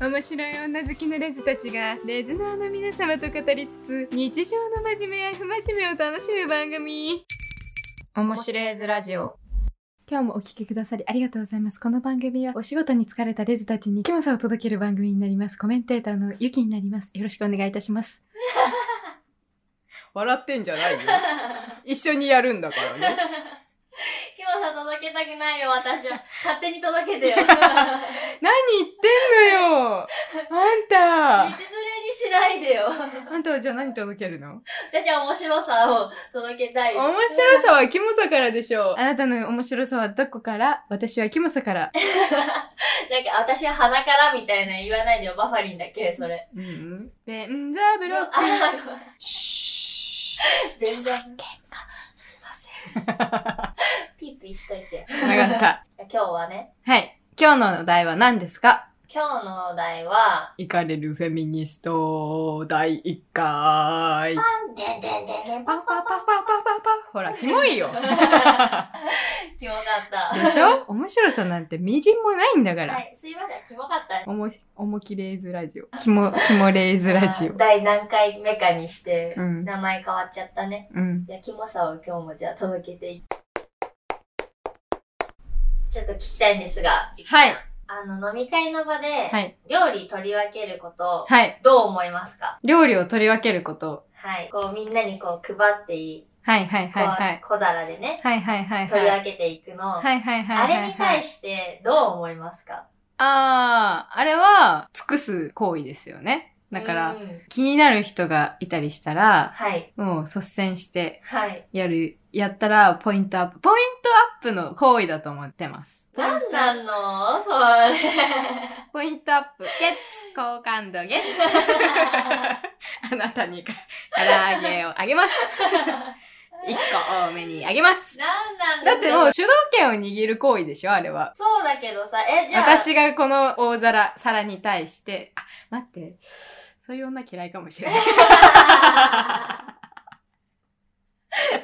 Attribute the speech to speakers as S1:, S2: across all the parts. S1: 面白い女好きのレズたちがレズナーの皆様と語りつつ日常の真面目や不真面目を楽しむ番組
S2: 面白いズラジオ
S1: 今日もお聞きくださりありがとうございますこの番組はお仕事に疲れたレズたちにキモさを届ける番組になりますコメンテーターのユキになりますよろしくお願いいたし ます
S3: 笑ってんじゃ ないよ。一緒にやるんだからね。
S2: 今日さ届けたくないよ私は勝手に届けて よ道
S1: 何言ってんのよあ
S2: 連
S1: ん
S2: れにしないでよ
S1: たあんたはじゃあ何届ける の
S2: 私は面白さを届けたい
S3: 面白さはキモさからでしょう。
S1: あなたの面白さはどこから私はキモさから
S2: なんか私は鼻からみたいな言わないでよバファリンだっけそれ
S3: うん。
S1: ベンザブロッ
S2: あ
S1: ク
S2: ごめん
S3: シ
S2: 全然 喧嘩すいませんピーピーしといて
S1: なかった
S2: 今日はね
S1: はい今日のお題は何ですか
S2: 今日のお題は、
S3: ー。イカれるフェミニスト第1回。
S2: でんでんで んでん、
S3: パパ
S2: パン
S3: パパ
S2: パンパン。
S3: パパパ。ほら、キモいよ。
S2: キモか った。
S1: でしょ面白さなんてみじんもないんだから。
S2: はい、すいません、キモかったね。
S3: おもし、おもきレイズラジオ。
S1: キモ、キモレイズラジ
S2: あ
S1: オ
S2: ー。第何回目かにして
S1: う、ん。
S2: 名前変わっちゃったね。
S1: うん。
S2: いや、キモさを今日もじゃあ届けていちょっと聞きたいんですが、
S1: はい。
S2: あの、飲み会の場で、
S1: はい。
S2: 料理取り分けること、
S1: はい。
S2: どう思いますか
S1: 料理を取り分けること。
S2: はい。こう、みんなにこう、配っていい、
S1: はいはい
S2: こ
S1: はい
S2: う
S1: はい。
S2: 小皿でね、
S1: はいはいはい
S2: 取り
S1: はい。
S2: 分けていくの。
S1: はいはいはい。
S2: あれに対
S1: して。
S2: して、どう思いますか
S1: あー、あれは、尽くす行為ですよね。だか
S2: う
S1: ら、
S2: ん
S1: 気になる人がいたりしたら、
S2: はい。
S1: もう率先して
S2: はい。
S1: やる、やったらポイントアップ。ポイントアップの行為だと思ってます。
S2: なんなのそれ。
S1: ポイントアップ。ゲッツ好感度 ゲッツあなたにか唐揚げをあげます。 一個多めにあげます。
S2: なんなん
S1: だっても
S2: う。
S1: う主導権を握る行為でしょ、あれは。
S2: そうだけどさ、え、じゃあ、
S1: 私がこの大皿、皿に対して、あ、待って、そういう女嫌いかもしれない。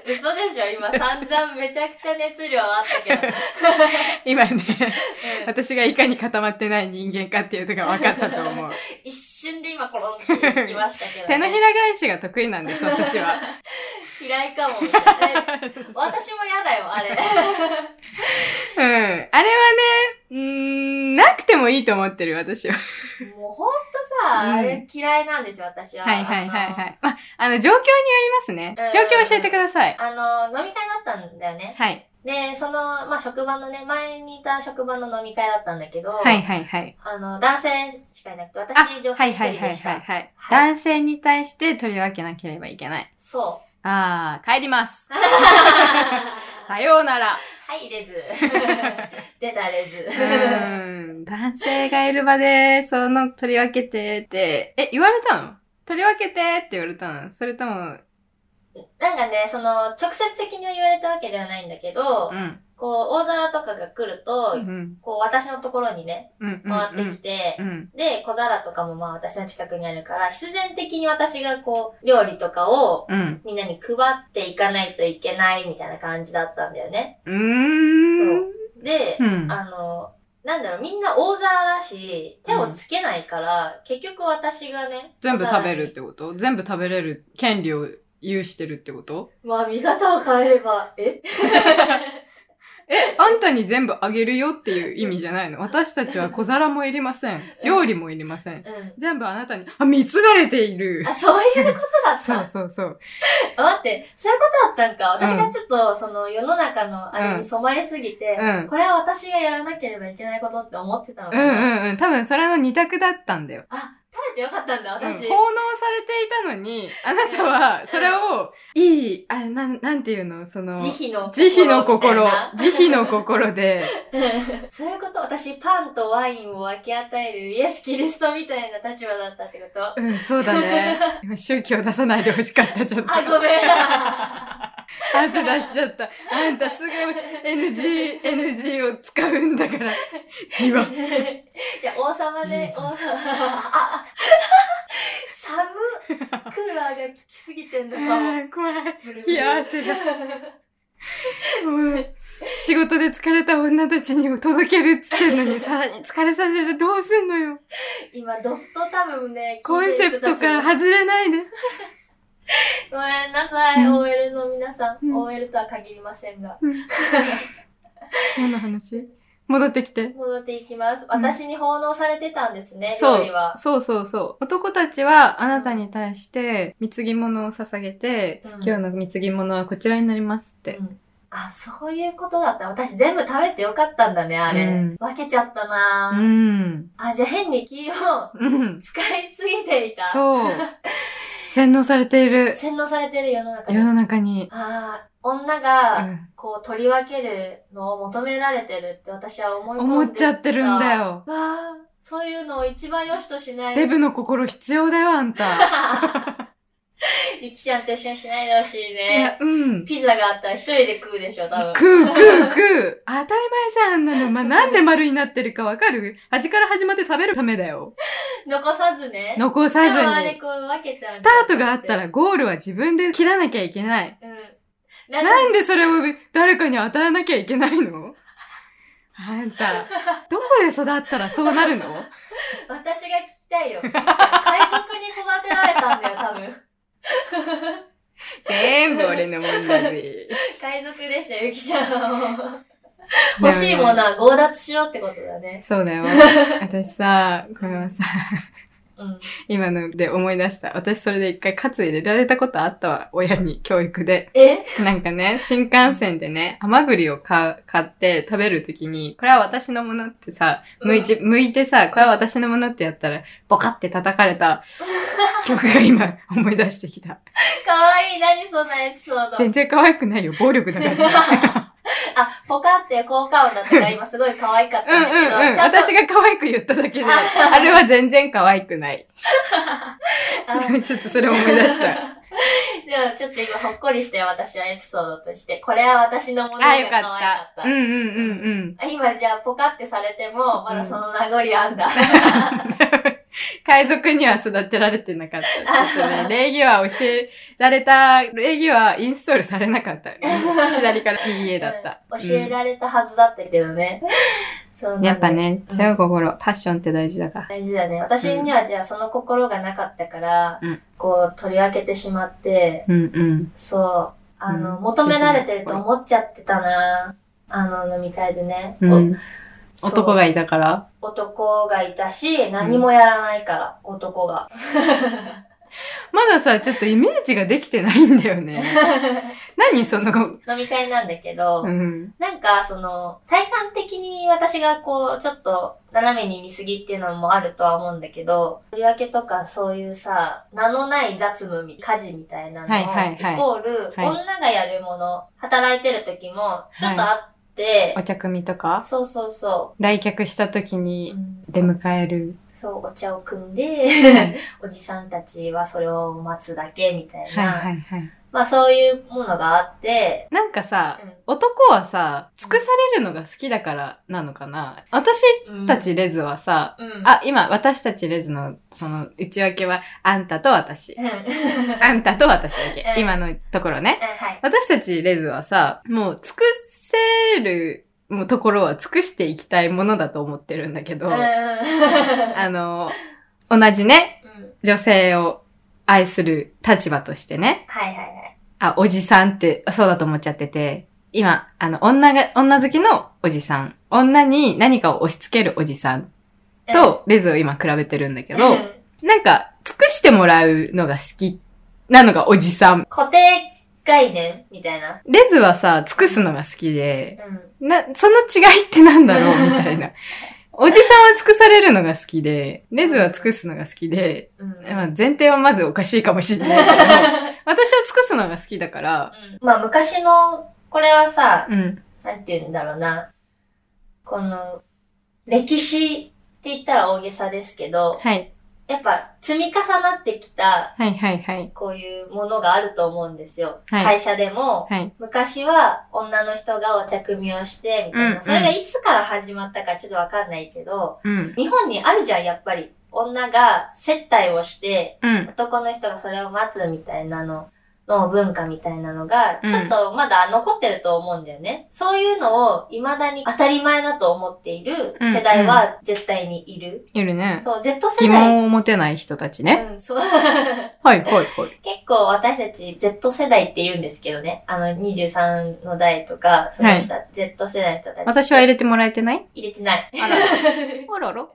S2: 嘘でしょ今散々めちゃくちゃ熱量あったけど。
S1: 今ね、
S2: うん
S1: 私がいかに固まってない人間かっていうのが分かったと思う。
S2: 一瞬で今転んでいきましたけど、ね。
S1: 手のひら返しが得意なんです、私は。
S2: 嫌いかもみたいな。え私も嫌だよ、あれ。
S1: うん。あれはね、うーん、なくてもいいと思ってる、私 は。
S2: もうほんとさ、
S1: うん
S2: あれ嫌いなんですよ、私は。
S1: はいはいはいは
S2: あ
S1: い。まあ、あの、状況によりますね
S2: うん。
S1: 状況を教えてください。
S2: の。あの、飲み会だったんだよね。
S1: はい。
S2: で、その、まあ、職場のね、前にいた職場の飲み会だったんだけど、
S1: はいはいはい。
S2: あの、男性しかいなくて、
S1: あ、
S2: 私女
S1: は
S2: 性
S1: い
S2: 一
S1: はい
S2: 人
S1: はい
S2: でし
S1: はい
S2: た。
S1: はい。
S2: はい
S1: 男性に対して取り分けなければいけない。
S2: そ
S1: あー、帰り ます。
S2: う。は
S1: さようなら。
S2: い、レズ。出たレズ
S1: う。ーん。男性がいる場で、その取り分けてって、え、言われたの取り分けてって言われたのそれとも、
S2: なんかね、その、直接的には言われたわけではないんだけど、
S1: うん。
S2: こう、大皿とかが来ると、
S1: うん。うん。
S2: こう、私のところにね、
S1: うん。
S2: 回ってきて、
S1: うん。
S2: で、小皿とかもまあ私の近くにあるから、必然的に私がこう、料理とかを
S1: うん。
S2: みんなに配っていかないといけないみたいな感じだったんだよね。
S1: うーん。
S2: で、
S1: うん。
S2: あの、なんだろう、みんな大皿だし、手をつけないから、結局私がね、
S1: 全部食べるってこと全部食べれる権利を有してるってこと
S2: お皿に。まあ、見方を変えれば、 え
S1: え、あんたに全部あげるよっていう意味じゃないの私たちは小皿もいりません。料理もいりません。
S2: うん。
S1: 全部あなたに、あ、貢がれている
S2: あ、。そういうことだっ
S1: そう
S2: た。
S1: そうそう。
S2: あ待って、そういうことだったんか。私
S1: う
S2: が
S1: ん
S2: ちょっと、その、世の中のあれに染まりすぎて、
S1: うん
S2: これは私がやらなければいけないことって思ってたの
S1: う
S2: か
S1: ん
S2: な。
S1: うんうん。多分それの二択だったんだよ。
S2: あ、食べてよかったんだ、
S1: うん
S2: 私。
S1: 奉納されていたのに、あなたは、それを、いい、あ、なん、なんていうのその、
S2: 慈悲の
S1: 慈悲の心
S2: みたい、な
S1: 慈悲の心で、
S2: そういうこと私、パンとワインを分け与えるイエス・キリストみたいな立場だったってことあ、
S1: うん、そうだ ね。今宗教出さないでほしかった、ちょっと。
S2: ごめん。
S1: 汗出しちゃった。あんたすぐ NG、NG を使うんだ から。じわ。
S2: いや、王様
S1: ジー
S2: で、
S1: ザス
S2: 王様。あ、寒っクーラーが効きすぎてんのかも。
S1: 怖い。
S2: ブルブル
S1: 冷や汗が。もう仕事で疲れた女たちに届けるっつってんのに、さらに疲れさせてどうすんのよ。
S2: 今、ドット多分ね、
S1: コンセプトから
S2: 聞いてる人たち
S1: 外れないで。
S2: もごめんなさい、
S1: うん
S2: OL の皆さ
S1: うん
S2: ん。OL とは限りませんが。
S1: 何の話戻ってきて。
S2: 戻っていきます。私に奉納されてたんですね、
S1: そう
S2: 料理は。
S1: そうそうそう。男たちはあなたに対して貢ぎ物を捧げて、
S2: うん
S1: 今日の貢ぎ物はこちらになりますって。
S2: うんあ、そういうことだった。私全部食べてよかったんだね、あれ。
S1: うん
S2: 分けちゃったな
S1: う
S2: ぁ、
S1: ん。
S2: あ、じゃあ変に気を
S1: うん。
S2: 使いすぎていた。
S1: そう。洗脳されている
S2: 洗脳されてる世の中で。
S1: 世の
S2: あ
S1: 中に。
S2: あー、女
S1: う
S2: が、
S1: ん
S2: こう取り分けるのを求められてるって私は思い込んで
S1: 思っちゃってるんだ
S2: わ
S1: よ。
S2: あ、そういうのを一番良しとしない。
S1: デブの心必要だよ、あん た。
S2: ゆきちゃんと一緒にしないでほしい
S1: いや
S2: ね。、
S1: うん。
S2: ピザがあったら一人で食うでしょ、多分。
S1: 食う食う食う。当たり前じゃん、あんなの。まあ、なんで丸になってるかわかる味から始まって食べるためだよ。
S2: 残さずね。
S1: 残さ
S2: で
S1: ず
S2: もあれ
S1: に。
S2: こう分けた
S1: スタートがあった。らゴールは自分で切らなきゃいけない。
S2: うん。なんか
S1: なんでそれを誰かに与えなきゃいけないのあんた、どこで育ったらそうなるの
S2: 私が聞き たいよ。海賊に育てられたんだよ、多分。
S1: 全部俺の問題で。
S2: 海賊でしたよ、ゆきちゃんはもう。欲しいものは強奪しろってことだね。
S1: そうだよ。私さ、このさ、
S2: うん。
S1: 今ので思い出した。私それで一回カツ入れられたことあったわ。親に、教育で。
S2: え
S1: なんかね、新幹線でね、ハマグリを買う買って食べるときに、これは私のものってさ、向いち、向いてさ、これは私のものってやったら、ボカって叩かれ た記憶が今思い出してきた。
S2: かわいい、何そんなエピソード。
S1: 全然可愛くないよ。暴力だから。
S2: あ、ポカって効果音だったから今すごい可愛かっ
S1: うん
S2: たん
S1: う
S2: だけど、
S1: んうん。
S2: ちゃんと、
S1: 私が可愛く言っただけで、あれは全然可愛くない。 ちょっとそれ思い出 した。
S2: でもちょっと今ほっこりして私はエピソードとして、これは私のもので可
S1: あ、
S2: 愛
S1: よ
S2: か
S1: か
S2: っ。
S1: ったた。うんうんうんうん。
S2: 今じゃあポカってされても、まだその名残あんだ。
S1: 海賊には育てられてなかった。ちょっ とね、礼儀は教えられた、礼儀はインストールされなか った。左から右へだった。
S2: うん教えられたはずだったけどね。そうなんだ
S1: やっぱ。ね、強い心、パッションって大事だから。
S2: 大事だね。私にはじゃあその心がなかったから、
S1: うん
S2: こう取り分けてしまって、
S1: うんうん。
S2: そう、あの、
S1: うん
S2: 求められてると思っちゃってたな。あの飲み会でね。
S1: うん、
S2: おそう
S1: 男がいたから
S2: 男がいたし、何もやらないから、男が。
S1: まださ、ちょっとイメージができてないんだよね。 何その、
S2: 飲み会なんだけど、
S1: うん。
S2: なんかその、体感的に私がこう、ちょっと斜めに見すぎっていうのもあるとは思うんだけど、とりわけとかそういうさ、名のない雑務み、家事みたいなのを、
S1: はいはいはい
S2: イコール、
S1: はい
S2: 女がやるもの、働いてる時も、ちょっとあって、
S1: お茶組とか、
S2: そうそうそ
S1: 来客した時
S2: う。
S1: に出迎える。
S2: そう、お茶を汲ん
S1: は
S2: で、
S1: い
S2: おじさんたちはそれを待つだけみたいな、
S1: はいはい。
S2: まあそういうものがあって、
S1: なんかさ、
S2: う
S1: 男はさ、尽くされるのが好きだからなのかな私
S2: ん
S1: た、ちレズはさ、
S2: うん、
S1: あ、今、私たちレズの、その、内訳は、あんたと私
S2: う。ん、うん
S1: あんたと私だけ
S2: う。ん
S1: 今のところね。
S2: はい。
S1: 私たちレズはさ、もう尽くせるもうところは尽くしていきたいものだと思ってるんだけど、あ
S2: う
S1: の、同じね、
S2: ん、うん
S1: 女性を愛する立場としてね、
S2: はいはいはい。
S1: あ、おじさんってそうだと思っちゃってて、今、あの、女が、女好きのおじさん、女に何かを押し付けるおじさんと、レズを今比べてるんだけ
S2: うん、
S1: ど、なんか、尽くしてもらうのが好きなのがおじさん。
S2: 固定概念みたいな。
S1: レズはさ、尽くすのが好きで、
S2: うん。
S1: な、その違いってなんだろうみたいな。おじさんは尽くされるのが好きで、レズは尽くすのが好きで、
S2: うん。
S1: まあ、前提はまずおかしいかもしれ ないけど、私は尽くすのが好きだから、
S2: うんまあ昔の、これはさ、
S1: うん。
S2: なんて言うんだろうな。この、歴史って言ったら大げさですけど、
S1: はい。
S2: やっぱ積み重なってきた、
S1: はいはいはい。
S2: こういうものがあると思うんですよ。
S1: はい
S2: 会社でも、
S1: はい。
S2: 昔は女の人がお茶汲みをして、みたいな、
S1: うん
S2: それがいつから始まったかちょっとわかんないけど、
S1: うん。
S2: 日本にあるじゃん、やっぱり。女が接待をして、
S1: うん。
S2: 男の人がそれを待つみたいなのの文化みたいなのが、
S1: うん
S2: ちょっとまだ残ってると思うんだよね。そういうのを未だに当たり前だと思っている世代は絶対にいる。
S1: いるね。
S2: そう、Z 世
S1: 疑
S2: 代。
S1: 問を持てない人たちね。
S2: うん、そう
S1: はいはいはい。
S2: 結構私たち Z 世代って言うんですけどね。あの、23の代とか、その人、Z 世代の人たち。
S1: 私は入れてもらえてない
S2: 入れてない。
S1: あらら。あらら。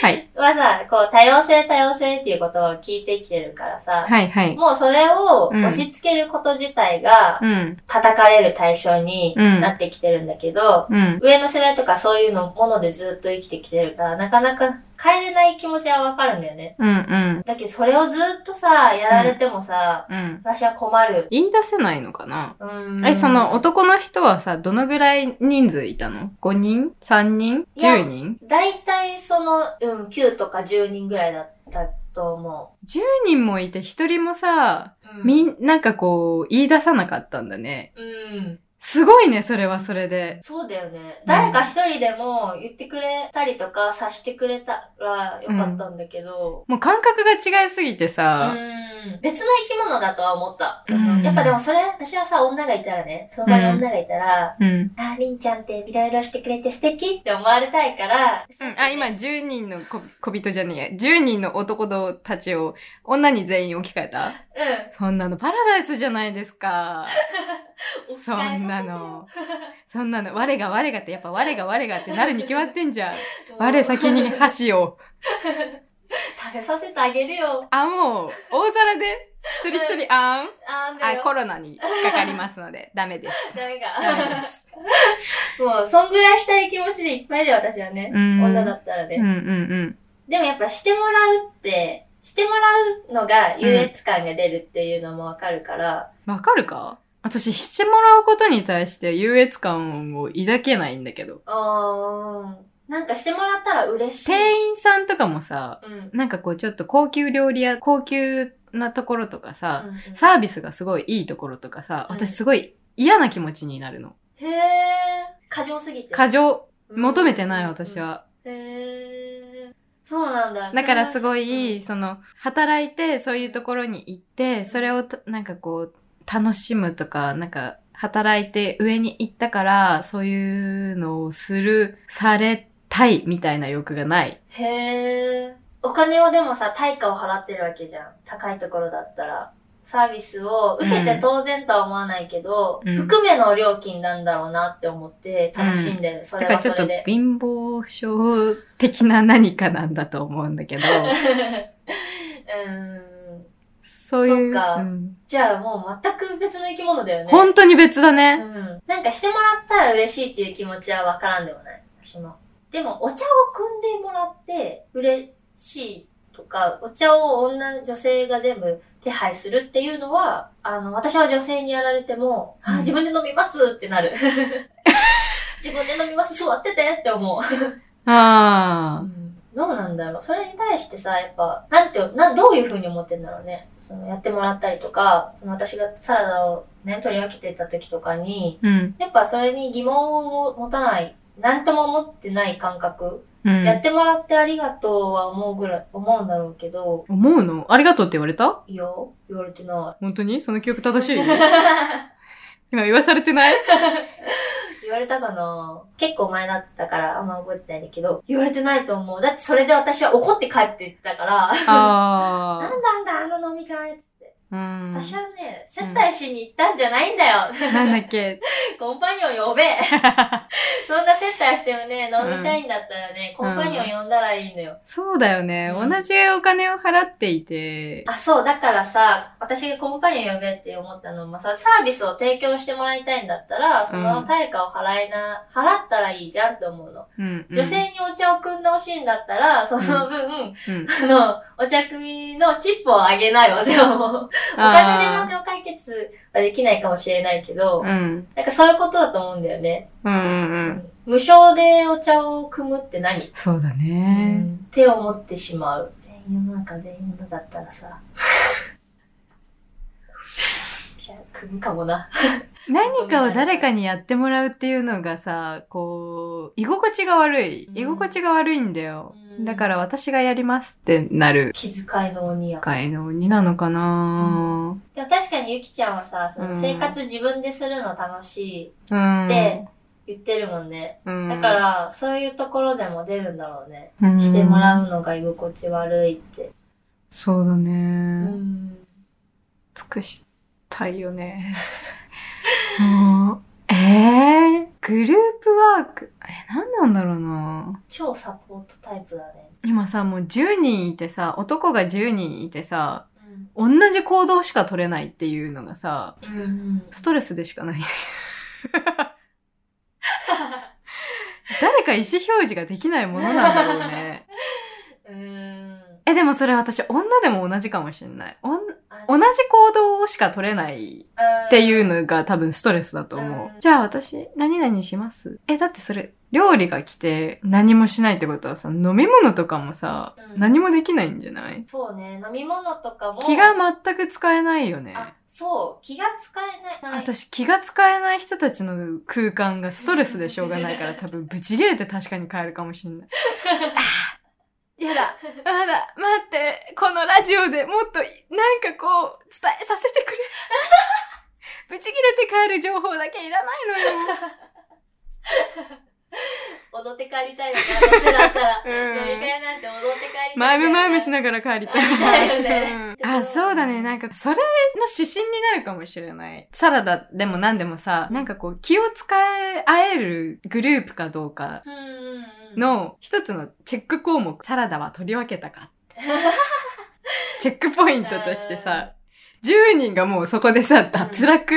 S1: はい。
S2: はさ、こう、多様性多様性っていうことを聞いてきてるからさ、
S1: はいはい。
S2: もうそれを
S1: うん
S2: 押し付けること自体が
S1: うん。
S2: 叩かれる対象に
S1: うん
S2: なってきてるんだけど、
S1: うん。
S2: 上の世代とかそういうのものでずっと生きてきてるから、なかなか変えれない気持ちはわかるんだよね。
S1: うんうん。
S2: だけどそれをずっとさ、やられてもさ、
S1: うん。
S2: 私は困る。
S1: 言い出せないのかな
S2: うーん
S1: え、その男の人はさ、どのぐらい人数いたの ?5 人 ?3 人
S2: いや
S1: ?10 人
S2: 大体その、うん、9とか10人ぐらいだったと思
S1: ?10 人もいて、一人もさ、
S2: う。
S1: み
S2: ん、
S1: ん、なんかこう、言い出さなかったんだね。
S2: うん。
S1: すごいね、それはそれで。
S2: そうだよね。誰か一人でも言ってくれたりとか、察してくれたらよかったんだけど、
S1: もう感覚が違いすぎて
S2: う
S1: さ、
S2: ーん、別の生き物だとは思った。そ
S1: うん
S2: のやっぱでもそれ、私はさ、女がいたらね、その場に女がいたら、
S1: うん。
S2: あー、りんちゃんっていろいろしてくれて素敵って思われたいから、
S1: うんあ、今10人のこ小人じゃねえや。10人の男どたちを女に全員置き換えた
S2: う
S1: そんなのパラダイスじゃないです か。
S2: ん。
S1: そんなの。そんなの、我が我がって、やっぱ我が我がってなるに決まってんじゃん。 我先に
S2: 食
S1: 箸を。
S2: べさせてあげるよ。
S1: あ、もう、大皿で、一人一人、あん。
S2: あー、で
S1: あ、
S2: も
S1: コロナに引っかかりますの で、ダメです。
S2: ダメか。
S1: ダメ です。
S2: もう、そんぐらいしたい気持ちでいっぱいで、私はね。
S1: うん
S2: 女だったら
S1: うん
S2: ね。
S1: うんうん。
S2: でもやっぱしてもらうって、してもらうのが優越感が出るっていうのもわかるから、
S1: わかるか私、してもらうことに対して優越感を抱けないんだけど。
S2: うーん。なんかしてもらったら嬉しい。
S1: 店員さんとかもさ、
S2: うん。うん
S1: なんかこう、ちょっと高級料理屋、高級なところとかさ、
S2: うん
S1: サービスがすごいいいところとかさ、
S2: うん
S1: 私すごい嫌な気持ちになるの。
S2: へー。過剰すぎて。
S1: 過剰、
S2: うん
S1: 求めてない私。は。
S2: へー。そうなんだ。
S1: だからすご
S2: う
S1: い、
S2: ん
S1: その、働いて、そういうところに行って、それをた、なんかこう、楽しむとか、なんか、働いて上に行ったから、そういうのをする、されたいみたいな欲がない。
S2: へえ。お金をでもさ、対価を払ってるわけじゃん。高いところだったら。サービスを受けて当然とは思わないけど、
S1: うん
S2: 含めの料金なんだろうなって思って楽しんでる。そ
S1: だ
S2: れ
S1: から
S2: は
S1: ち
S2: そ
S1: ょっ
S2: れ
S1: と
S2: で。
S1: 貧乏症的な何かなんだと思うんだ けど、
S2: うーん。
S1: そういう。
S2: そっか
S1: うん
S2: じゃあもう全く別の生き物だよね。
S1: 本当に別だね。
S2: うん。なんかしてもらったら嬉しいっていう気持ちはわからんでもない。私も。でも、お茶を汲んでもらって嬉しいとか、お茶を女、女性が全部手配するっていうのは、あの、私は女性にやられても、あ自分で飲みますって なる。自分で飲みます、座っててって思う。
S1: ああ。
S2: どうなんだろうそれに対してさ、やっぱ、なんて、なん、どういう風に思ってんだろうね。その、やってもらったりとか、その私がサラダをね、取り分けてた時とかに、
S1: うん。
S2: やっぱそれに疑問を持たない、なんとも思ってない感覚、
S1: うん。
S2: やってもらってありがとうは思うぐらい、思うんだろうけど、
S1: 思うのありがとうって言われた
S2: いいよ、言われてな
S1: 本当にその記憶正し
S2: い。
S1: い今言わされてない
S2: 言われたかな結構前だったからあんま覚えてないんだけど、言われてないと思う。だってそれで私は怒って帰っていったから、な
S1: あ
S2: んなんだあの飲み会っつって。
S1: あ。うん。
S2: 私はね、接待しに行ったんじゃないんだよ。
S1: なんだっけ。
S2: コンパニオン呼べ そんな接待してもね、飲みたいんだったらね、コンパニオン呼んだらいいのよ。
S1: そうだよね。
S2: うん
S1: 同じお金を払っていて。
S2: あ、そう、だからさ、私がコンパニオン呼べって思ったのもさ、サービスを提供してもらいたいんだったら、その対価を払いな、払ったらいいじゃんって思うの。
S1: うん、うん
S2: 女性にお茶を汲んでほしいんだったら、その分、
S1: うん
S2: あの、お茶組のチップをあげないわ、でも。お金で何
S1: あ
S2: でも解決はできないかもしれないけど、
S1: ーうん。
S2: なんかそういうことだと思うんだよね。
S1: うんうんうん。
S2: 無償でお茶を汲むって何、
S1: そうだ
S2: う
S1: ね。
S2: んって思ってしま う。全員世の中全員のだったらさ。しゃ、組むかもな。
S1: 何かを誰かにやってもらうっていうのがさ、こう、居心地が悪い。
S2: うん
S1: 居心地が悪いんだよ。
S2: うん
S1: だから私がやりますってなる。
S2: 気遣いの鬼や。
S1: 会の鬼なのかな
S2: でも確かにゆきちゃんはさ、その
S1: うん
S2: 生活自分でするの楽しい
S1: うん。
S2: で言ってるもんね。
S1: うん、
S2: だから、そういうところでも出るんだろうね。
S1: ら
S2: してもら
S1: う。
S2: うんのが居心地悪いって。
S1: そうだね。
S2: うん。
S1: 尽くしたいよね。 もうえー、グループワーク。え、何なんだろうな
S2: 超サポートタイプだね。
S1: 今さ、もう10人いてさ、男が10人いてさ、
S2: うん。
S1: 同じ行動しか取れないっていうのがさ、
S2: うんうん。
S1: ストレスでしかない。 誰か意思表示ができないものなんだろう ね。
S2: うん。
S1: え、でもそれ私、女でも同じかもしれない。おん
S2: あ
S1: 同じ行動しか取れないっていうのが多分ストレスだと思う。
S2: うん
S1: じゃあ私、何々しますえ、だってそれ、料理が来て何もしないってことはさ、飲み物とかもさ、
S2: うん
S1: 何もできないんじゃない
S2: そうね、飲み物とかも。
S1: 気が全く使えないよね。
S2: あ、そう、気が使えない。ない
S1: 私、気が使えない人たちの空間がストレスでしょうがないから、多分、ブチ切れて確かに帰るかもしんない。あーやだ、まだ、待って、このラジオでもっと、なんかこう、伝えさせてく れ。ブチ切れて帰る情報だけいら ない
S2: 踊って帰りたいよね、私だったら。飲み
S1: のよ。
S2: 会なんて踊って帰りたい。
S1: マイムマイムし
S2: い。
S1: ながら帰りた
S2: 帰りたいよね
S1: い。うんあ、そうだね。なんか、それの指針になるかもしれない。サラダでも何でもさ、なんかこう、気を使え合えるグループかどうか
S2: うんうんうん。
S1: の一つのチェック項目、サラダは取り分けたか。チェックポイントとしてさ、10人がもうそこでさ、脱落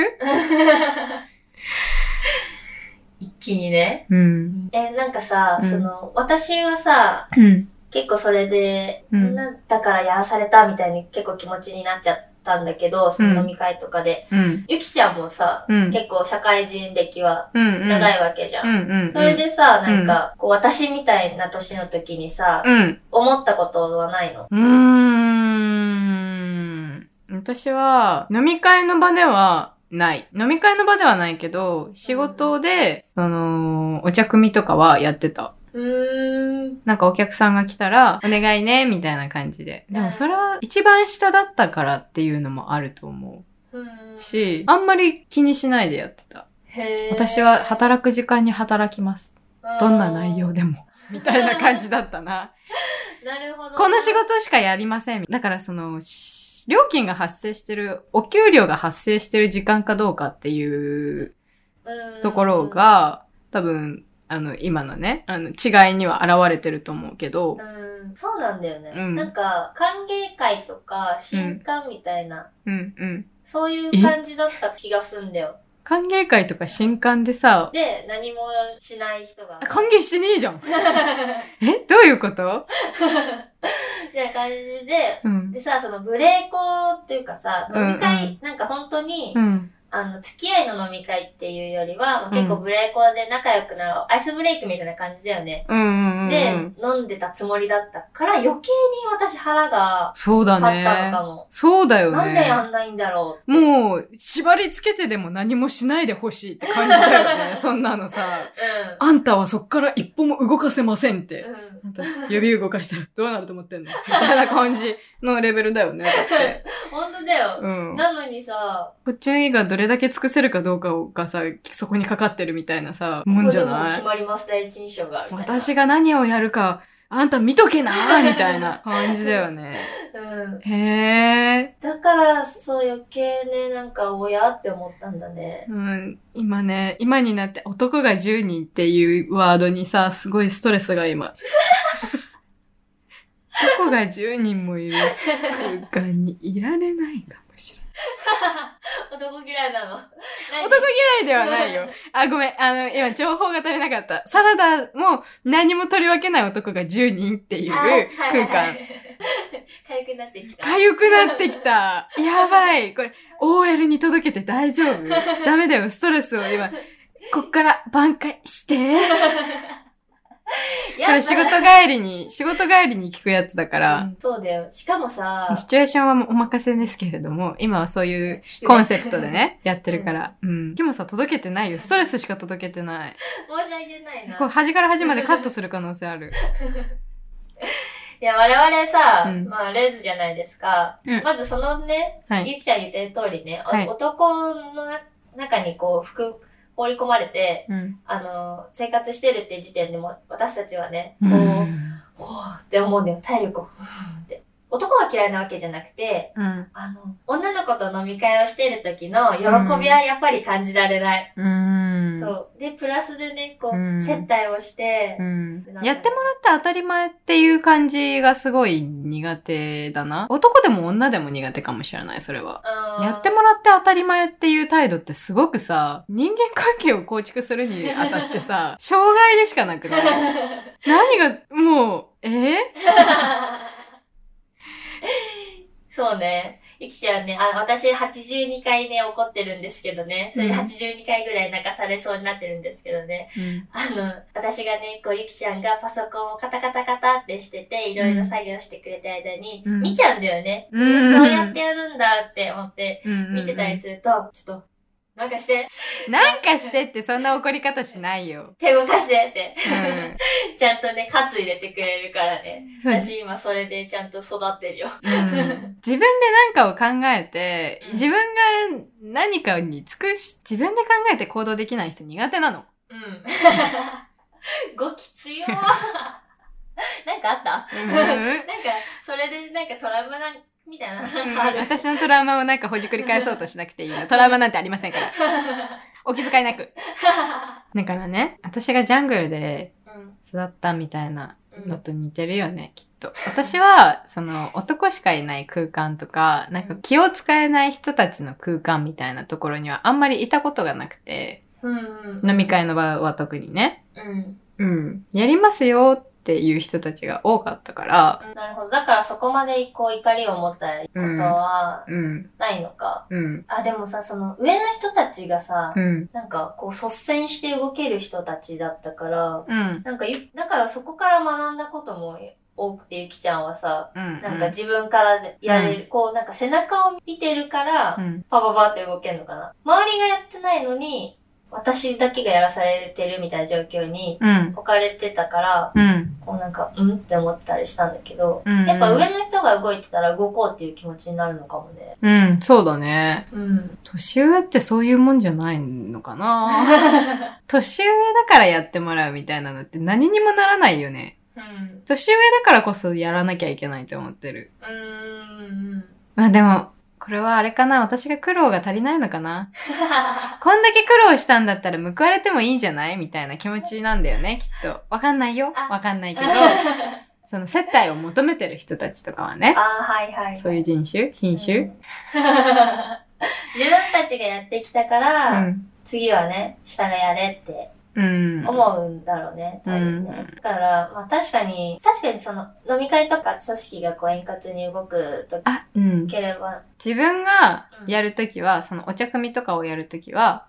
S2: 一気にね。
S1: うん。
S2: え、なんかさ、
S1: うん
S2: その、私はさ、
S1: うん。
S2: 結構それで、
S1: うん
S2: なだからやらされたみたいに結構気持ちになっちゃったんだけど、その飲み会とかで。
S1: うん。
S2: ゆきちゃんもさ、
S1: うん。
S2: 結構社会人歴は
S1: うん。
S2: 長
S1: い。
S2: いわけじゃん。
S1: うん。うん。
S2: それ、でさ、なんか、こう、私みたいな年の時にさ、
S1: うん。
S2: 思ったことはないの
S1: うーん。私は、飲み会の場では、ない。飲み会の場ではないけど、仕事で、その、お茶組とかはやってた。
S2: うーん。
S1: なんかお客さんが来たら、お願いね、みたいな感じで。でもそれは一番下だったからっていうのもあると思うし、あんまり気にしないでやってた。
S2: へー
S1: 私は働く時間に働きます。どんな内容で も。みたいな感じだったな。
S2: なるほ ど。
S1: この仕事しかやりません。だからその、し料金が発生してる、お給料が発生してる時間かどうかっていう
S2: うん
S1: ところ、が、多分、あの、今のね、あの、違いには現れてると思うけど、
S2: うん、そうなんだよね。
S1: うん
S2: なんか、歓迎会とか、新歓みたいな、
S1: うんうん。
S2: そういう感じだった気がすんだよ。
S1: 歓迎会とか新刊でさ、
S2: で、何もしない人が。
S1: あ歓迎してねえじゃんえどういうこと
S2: みたいな感じで、
S1: うん。
S2: でさ、その無礼講っていうかさ、
S1: うん
S2: 飲み会、なんか本当に、
S1: うん。
S2: あの、付き合いの飲み会っていうよりは、まあ、結構無礼講で仲良くなろう、アイスブレイクみたいな感じだよね。
S1: うんうんうん。
S2: で、飲んでたつもりだったから余計に私腹が
S1: そうだ
S2: 立った
S1: ね
S2: のか。も。
S1: そうだよね。
S2: なんでやんないんだろうって。
S1: もう、縛り付けてでも何もしないでほしいって感じだ よね。そんなのさ。
S2: う
S1: あんたはそっから一歩も動かせませんって。
S2: ん。うん
S1: あんた指動かしたらどうなると思ってんのみたいな感じのレベルだ よね。だって。
S2: 本当だよ。
S1: うん。
S2: なのにさ、
S1: こっちがどれだけ尽くせるかどうかがさ、そこにかかってるみたいなさ、もんじゃ
S2: ここでも
S1: ない
S2: 決まります、第一印象があるみたいな。
S1: 私が何をやるか、あんた見とけな ーみたいな感じだよね。
S2: うん。
S1: へー。
S2: だから、そう余計ね、なんか、親って思ったんだ ね。
S1: うん、今ね、今になって男が10人っていうワードにさ、すごいストレスが 今。男が10人もいる空間にいられないかもしれない。
S2: 男嫌い なの。
S1: 男嫌いではないよ。あ、ごめん。あの、今情報が足りなかった。サラダも何も取り分けない男が10人って いう空間。。
S2: かゆくなってきた。
S1: かゆくなってきた。 やばい。これ、OL に届けて大丈 夫ダメだよ、ス トレスを今。こっから挽回して。
S2: や
S1: これ仕事帰りに、仕事帰りに聞くやつだから、
S2: そうだよ。しかもさ、
S1: シチュエーションはお任せですけれども、今はそういう コンセプトで。 ね、やってるから。うん。でもさ、届けてないよ。ストレスしか届けてない。
S2: 申し訳ないな。
S1: こう、端から端までカットする可能性ある。
S2: いや、我々さ、
S1: うん
S2: まあ、レズじゃないですか。
S1: うん
S2: まずそのね、
S1: はい。
S2: ゆきちゃん言ってる通りね、お
S1: はい
S2: 男のな中にこう、含、放り込まれて、
S1: うん。
S2: あの、生活してるって時点でも、私たちはね、こ
S1: う
S2: う、
S1: ん。
S2: ほーって思うんだよ。体力を、ふーって。男が嫌いなわけじゃなくて、
S1: うん。
S2: あの、女の子と飲み会をしてる時の喜びはやっぱり感じられない。
S1: うん。
S2: そう。で、プラスでね、こう、
S1: うん
S2: 接待をして、
S1: うんやってもらって当たり前っていう感じがすごい苦手だな。男でも女でも苦手かもしれない、それは。
S2: うん
S1: やってもらって当たり前っていう態度ってすごくさ、人間関係を構築するにあたって さ、障害でしかなくない何が、もう、えー
S2: そうね。ゆきちゃんね、あ、私82回ね、怒ってるんですけどね。それで
S1: うん
S2: 82回ぐらい泣かされそうになってるんですけどね。あの、私がね、こう、ゆきちゃんがパソコンをカタカタカタってしてて、いろいろ作業してくれた間に、
S1: うん
S2: 見ちゃうんだよね。
S1: うん
S2: そうやってやるんだって思って、
S1: うん
S2: 見てたりすると、ちょっと、なんかして、
S1: なんかしてってそんな怒り方しないよ。
S2: 手動かしてって、
S1: う
S2: ちゃんとね、喝入れてくれるからね。
S1: んそう
S2: 私今それでちゃんと育ってるよ。
S1: うん自分で何かを考えて
S2: うん、
S1: 自分が何かに尽くし、自分で考えて行動できない人苦手なの。
S2: うん。語気 強い。なんかあったなんか、それでなんかトラウマなんみたいな、なんかある。
S1: 私のトラウマをなんかほじくり返そうとしなくていい の。トラウマなんてありませんから。お気遣いなく。だからね、私がジャングルで
S2: うん
S1: 育ったみたいな
S2: うん
S1: のと似てるよね、きっと。私は、その、男しかいない空間とか、なんか気を使えない人たちの空間みたいなところにはあんまりいたことがなくて、
S2: うんうん
S1: 飲み。会の場は特にね。
S2: うん。
S1: うん。やりますよっていう人たちが多かったから、
S2: なるほど。だからそこまでこう怒りを持ったことは
S1: うん、
S2: ないのか。
S1: うん、
S2: あ、でもさ、その上の人たちがさ、
S1: うん、
S2: なんかこう率先して動ける人たちだったから、
S1: うん、
S2: なんかゆ、だからそこから学んだことも多くて、ゆきちゃんはさ、
S1: うん。
S2: なんか自分からでやれる、こうなんか背中を見てるから、
S1: うん、
S2: パパパって動けるのかな。周りがやってないのに、私だけがやらされてるみたいな状況に
S1: うん、
S2: 置かれてたから、
S1: うん、
S2: こうなんか、うんって思ったりしたんだけど、
S1: うん。
S2: やっぱ上の人が動いてたら動こうっていう気持ちになるのかもね。
S1: うん、そうだね。
S2: うん。
S1: 年上ってそういうもんじゃないのかな 年上だからやってもらうみたいなのって何にもならないよね。
S2: うん。
S1: 年上だからこそやらなきゃいけないと思ってる。
S2: う ーん。
S1: まあでも、これはあれかな私が苦労が足りないのかなこんだけ苦労したんだったら報われてもいいんじゃないみたいな気持ちなんだよね、きっと。わかんないよ
S2: あ。
S1: わかんないけど、
S2: あ
S1: その接待を求めてる人たちとかはね、
S2: あ、はいはい。
S1: そういう人種品
S2: うん
S1: 種
S2: 自分たちがやってきたから、
S1: ん。
S2: 次はね、下がやれって
S1: うん。
S2: 思うんだろうね、多分ね。だから、まあ確かに、確かにその飲み会とか組織がこう円滑に動くと
S1: あ、うん。
S2: ければ、
S1: 自分がやるときは、そのお茶組とかをやるときは、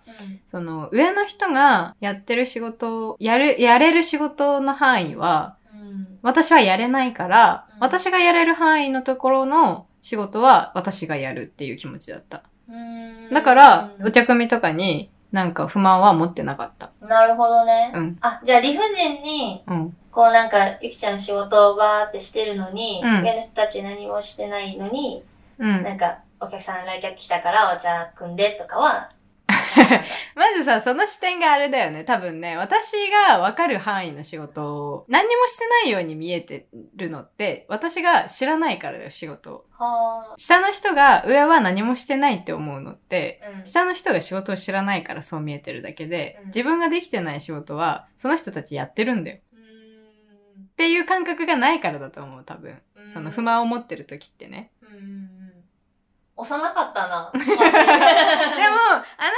S1: その上の人がやってる仕事を、やる、やれる仕事の範囲は、
S2: うん。
S1: 私はやれないから、
S2: うん
S1: 私がやれる範囲のところの仕事は私がやるっていう気持ちだった。
S2: うん。
S1: だから、
S2: うん
S1: お茶組とかになんか不満は持ってなかった。
S2: なるほどね。
S1: うん。
S2: あ、じゃあ理不尽に、
S1: うん。
S2: こうなんか、ゆきちゃんの仕事をバーってしてるのに、
S1: うん
S2: 上の人たち何もしてないのに、
S1: うん
S2: な。んか、お客さん来客来たからお茶組んでとかは、
S1: まずさ、その視点があれだよね。多分ね、私がわかる範囲の仕事を、何にもしてないように見えてるのって、私が知らないからだよ、仕事を。
S2: は
S1: 下の人が、上は何もしてないって思うのって、
S2: ーうん。
S1: 下の人が仕事を知らないからそう見えてるだけで
S2: うん、
S1: 自分ができてない仕事は、その人たちやってるんだよ。
S2: うん
S1: っていう感覚がないからだと思う、多分。その不。満を持ってる時ってね。
S2: うんうんうん。幼かっ たな。
S1: でも、あな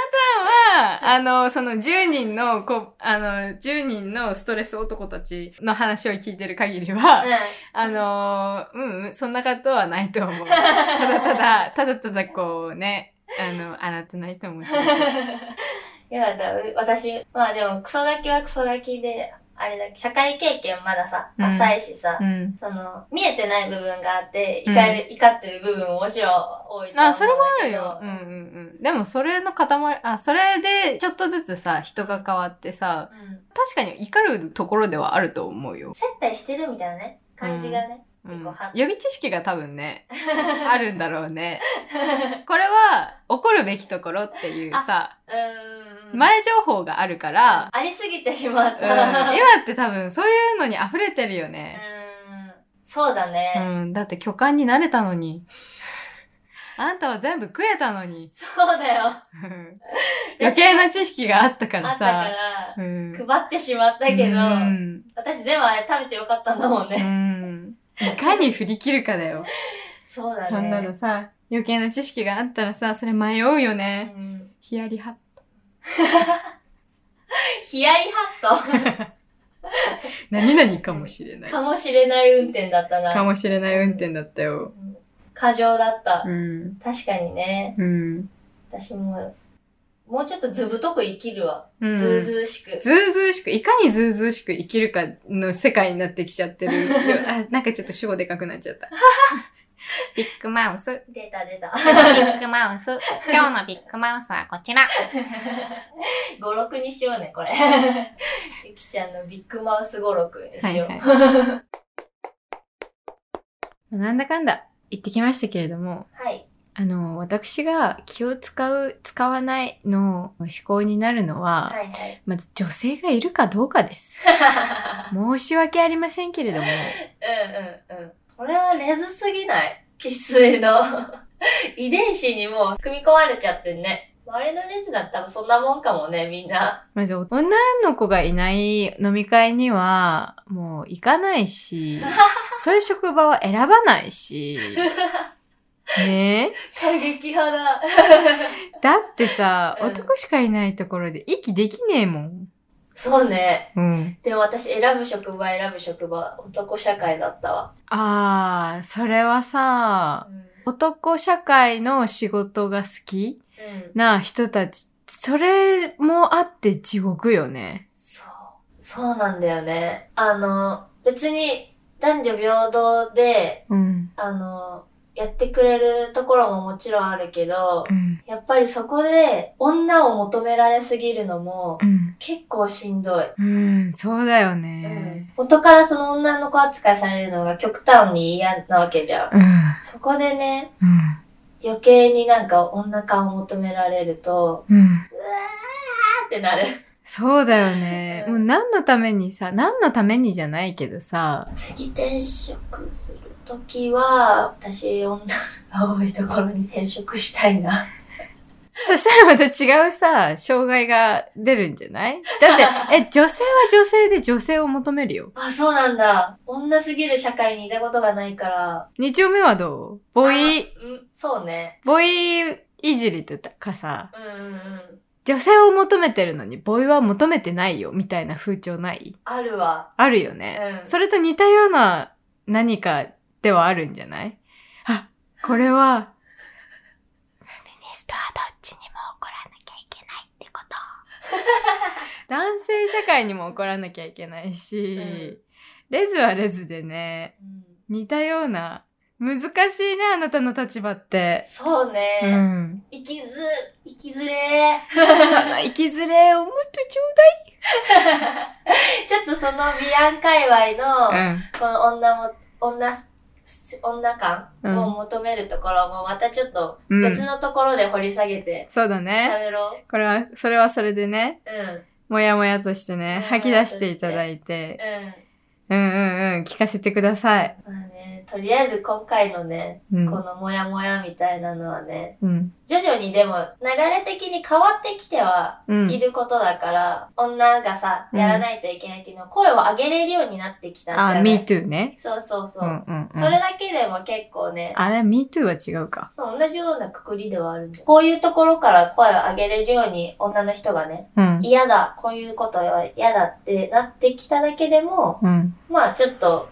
S1: たは、あの、その10人の、こう、あの、10人のストレス男たちの話を聞いてる限りは、
S2: う
S1: あの、うん、うんそんなことはないと 思う。ただた だ、ただただこうね、あの、あなたないと思うし。
S2: ん。よかった。う私、まあでも、クソガキはクソガキで、あれだ社会経験まださ、
S1: うん
S2: 浅いしさ、
S1: うん。
S2: その、見えてない部分があって、
S1: うん
S2: 怒る、怒ってる部分ももちろん多いと思うんだけど。
S1: あ、それもあるよ。うんうんうん。でもそれの塊、あ、それでちょっとずつさ、人が変わってさ、
S2: うん。
S1: 確かに怒るところではあると思うよ。
S2: 接待してるみたいなね、感じがね。
S1: うん、
S2: 結構
S1: 予
S2: は
S1: 備知識が多分 ね、あるんだろうね。 これは怒るべきところっていうさ、
S2: うーん。
S1: 前情報があるから、
S2: ありすぎてしまっ
S1: うん、
S2: た。
S1: 今って多分そういうのに溢れてるよ
S2: う
S1: ね。
S2: ーんそうだ
S1: う
S2: ね。
S1: ん、だって巨漢になれたのに。あんたは全部食えたのに。
S2: そうだよ。
S1: うん余計な知識があったか
S2: あ
S1: ら
S2: ったか
S1: さ。
S2: ら、
S1: うん
S2: 配ってしまったけど、
S1: うん
S2: 私全部あれ食べてよかったんだもん
S1: う
S2: ね。
S1: んいかに振り切るかだよ。
S2: そうだね。
S1: そんなのさ、余計な知識があったらさ、それ迷うよね。
S2: うん
S1: ヒヤリハッ
S2: ヒヤリハッ
S1: 何々かもしれな
S2: ト
S1: い。
S2: かもしれない運転だったな。
S1: かもしれない運転だったよ。
S2: うん過剰だった。
S1: うん。
S2: 確かにね。
S1: うん。
S2: 私も、もうちょっとずぶとく生きるわ。
S1: うん
S2: ずうずうしく。
S1: ずうずうしく、いかにずうずうしく生きるかの世界になってきちゃ ってる。あ、なんかちょっと主語でかくなっちゃった。ビッグマウス。
S2: 出た出た。
S1: ビッグマウス。今日のビッグマウスはこちら。
S2: 語録にしようね、これ。ゆきちゃんのビッグマウス語録にしよう。
S1: はいなんだかんだ言ってきましたけれども、
S2: はい。
S1: あの、私が気を使う、使わないの思考になるのは、
S2: はいはい。
S1: まず女性がいるかどうかです。申し訳ありませんけれども、
S2: うんうんうん。これはレズすぎない生粋の 遺伝子にもう組み込まれちゃってんね。周りのレズだったらそんなもんかもね、みんな。
S1: まず女の子がいない飲み会にはもう行かない し、そういう職場は選ばないし、ね
S2: 過激派だ。
S1: え。だってさ、
S2: うん
S1: 男しかいないところで息できねえもん。
S2: そうね。
S1: うん。
S2: でも私選ぶ職場選ぶ職場、男社会だったわ。
S1: あー、それはさ、
S2: うん。
S1: 男社会の仕事が好き
S2: うん、
S1: な人たち、それもあって地獄よね。
S2: そう。そうなんだよね。あの、別に男女平等で、
S1: うん。
S2: あの、やってくれるところももちろんあるけど
S1: う、ん。
S2: やっぱりそこで女を求められすぎるのも
S1: うん。
S2: 結構しんどい。
S1: うん、そうだよ
S2: うん
S1: ね。
S2: 元からその女の子扱いされるのが極端に嫌なわけじゃん。
S1: うん。
S2: そこでね、
S1: うん。
S2: 余計になんか女感を求められると、
S1: うん。
S2: あーってなる。
S1: そうだよね。
S2: うん
S1: もう何のためにさ、何のためにじゃないけどさ、
S2: 次転職するときは、私女が多いところに転職したいな。
S1: そしたらまた違うさ、障害が出るんじゃないだ って、え、女性は女性で女性を求めるよ。
S2: あ、そうなんだ。女すぎる社会にいたことがないから。
S1: 二丁目はどうボイ、
S2: うん、そうね。
S1: ボイいじりとかさ、
S2: うんうんうん。
S1: 女性を求めてるのにボイは求めてないよ、みたいな風潮ない
S2: あるわ。
S1: あるよね。
S2: うん
S1: それと似たような何かではあるんじゃないあ、これは、フェミニストはどっちにも怒らなきゃいけないって こと。男性社会にも怒らなきゃいけないし、
S2: うん
S1: レズはレズでね、
S2: うん
S1: 似たような、難しいね、あなたの立場って。
S2: そうね。
S1: うん。
S2: 生きず、生きずれ ー。
S1: その生きずれをもっとちょ
S2: ちょっとそのビアン界隈
S1: うだ
S2: の、
S1: い。うん。
S2: この女も、女、女感
S1: うん
S2: を求めるところもまたちょっと
S1: うん
S2: 別のところで掘り下げて
S1: そうだね。
S2: 喋ろ
S1: これは、それはそれでね、
S2: う。うん。うん。
S1: もやもやとしてね、
S2: もや
S1: 吐
S2: も
S1: き出
S2: やとし
S1: してていただいて、うんうんうん、聞かせてください。
S2: まあね、とりあえず今回のね、
S1: う
S2: こ
S1: ん。
S2: のモヤモヤみたいなのはね、
S1: うん。
S2: 徐々にでも流れ的に変わってきては
S1: う
S2: い
S1: ん。
S2: ることだから、女がさ、やらないといけないっていうのは声を上げれるようになってきたんじゃな
S1: あ、
S2: い、
S1: me too ね。
S2: そうそうそうう。
S1: んうんうん。
S2: それだけでも結構ね、
S1: あれ、me too は違うか。
S2: 同じようなくくりではあるんじゃんこういうところから声を上げれるように女の人がね、
S1: うん。
S2: 嫌だ、こういうことは嫌だってなってきただけでも、
S1: うん。
S2: まあちょっと、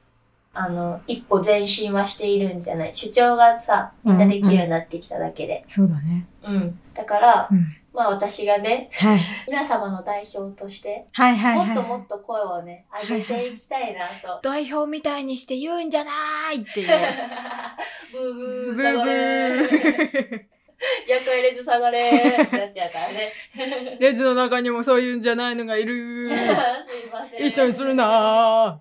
S2: あの、一歩前進はしているんじゃない主張がさ、みんなできるようになってきただけで。
S1: そうだね。
S2: うん。だから、
S1: うん
S2: まあ私がね、
S1: はい。
S2: 皆様の代表として、
S1: はいはい
S2: も
S1: はい。
S2: っともっと声をね、上げていきたいなと。
S1: 代表みたいにして言うんじゃないってい
S2: ブーブー、
S1: ブ
S2: 下
S1: ー
S2: が
S1: ブ
S2: れー。
S1: ー。
S2: 役入れず下がれーってなっちゃうからね。
S1: レズの中にもそういうんじゃないのがいる
S2: す。いません。
S1: 一緒にするな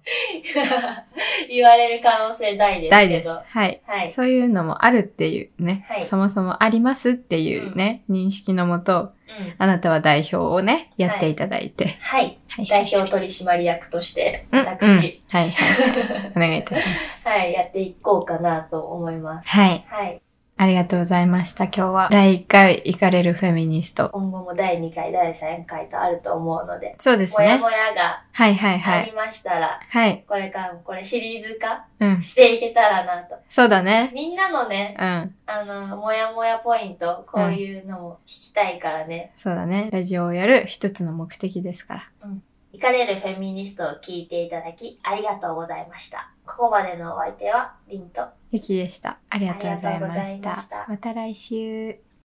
S2: 言われる可能性大です
S1: 大
S2: け
S1: です。
S2: ど。
S1: はい。
S2: はい。
S1: そういうのもあるっていうね。
S2: はい
S1: そもそもありますっていうね、認識のもと、
S2: うん。
S1: あなたは代表をね、やっていただいて。
S2: はい。
S1: はい。
S2: 代表取締役として、
S1: うん、
S2: 私、
S1: うんはいはい。 お願いいたします。
S2: はい、やっていこうかなと思います。
S1: はい。
S2: はい。
S1: ありがとうございました、今日は。第1回、行かれるフェミニスト。
S2: 今後も第2回、第3回とあると思うので、
S1: そうです
S2: もや
S1: ね。
S2: もやが
S1: はいはいは
S2: あ
S1: い。
S2: りましたら、
S1: はい。
S2: これからもこれシリーズ化
S1: うん。
S2: していけたらなと。
S1: そうだね。
S2: みんなのね、
S1: うん。
S2: あの、もやもやポイント、こういうのも聞きたいからね、
S1: そうだね。ラジオをやる一つの目的ですから。
S2: イカれるフェミニストを聞いていただき、ありがとうございました。ここまでのお相手は、リンと、
S1: ゆきでした。ありがとうございました。
S2: ありがとうございました
S1: また来週。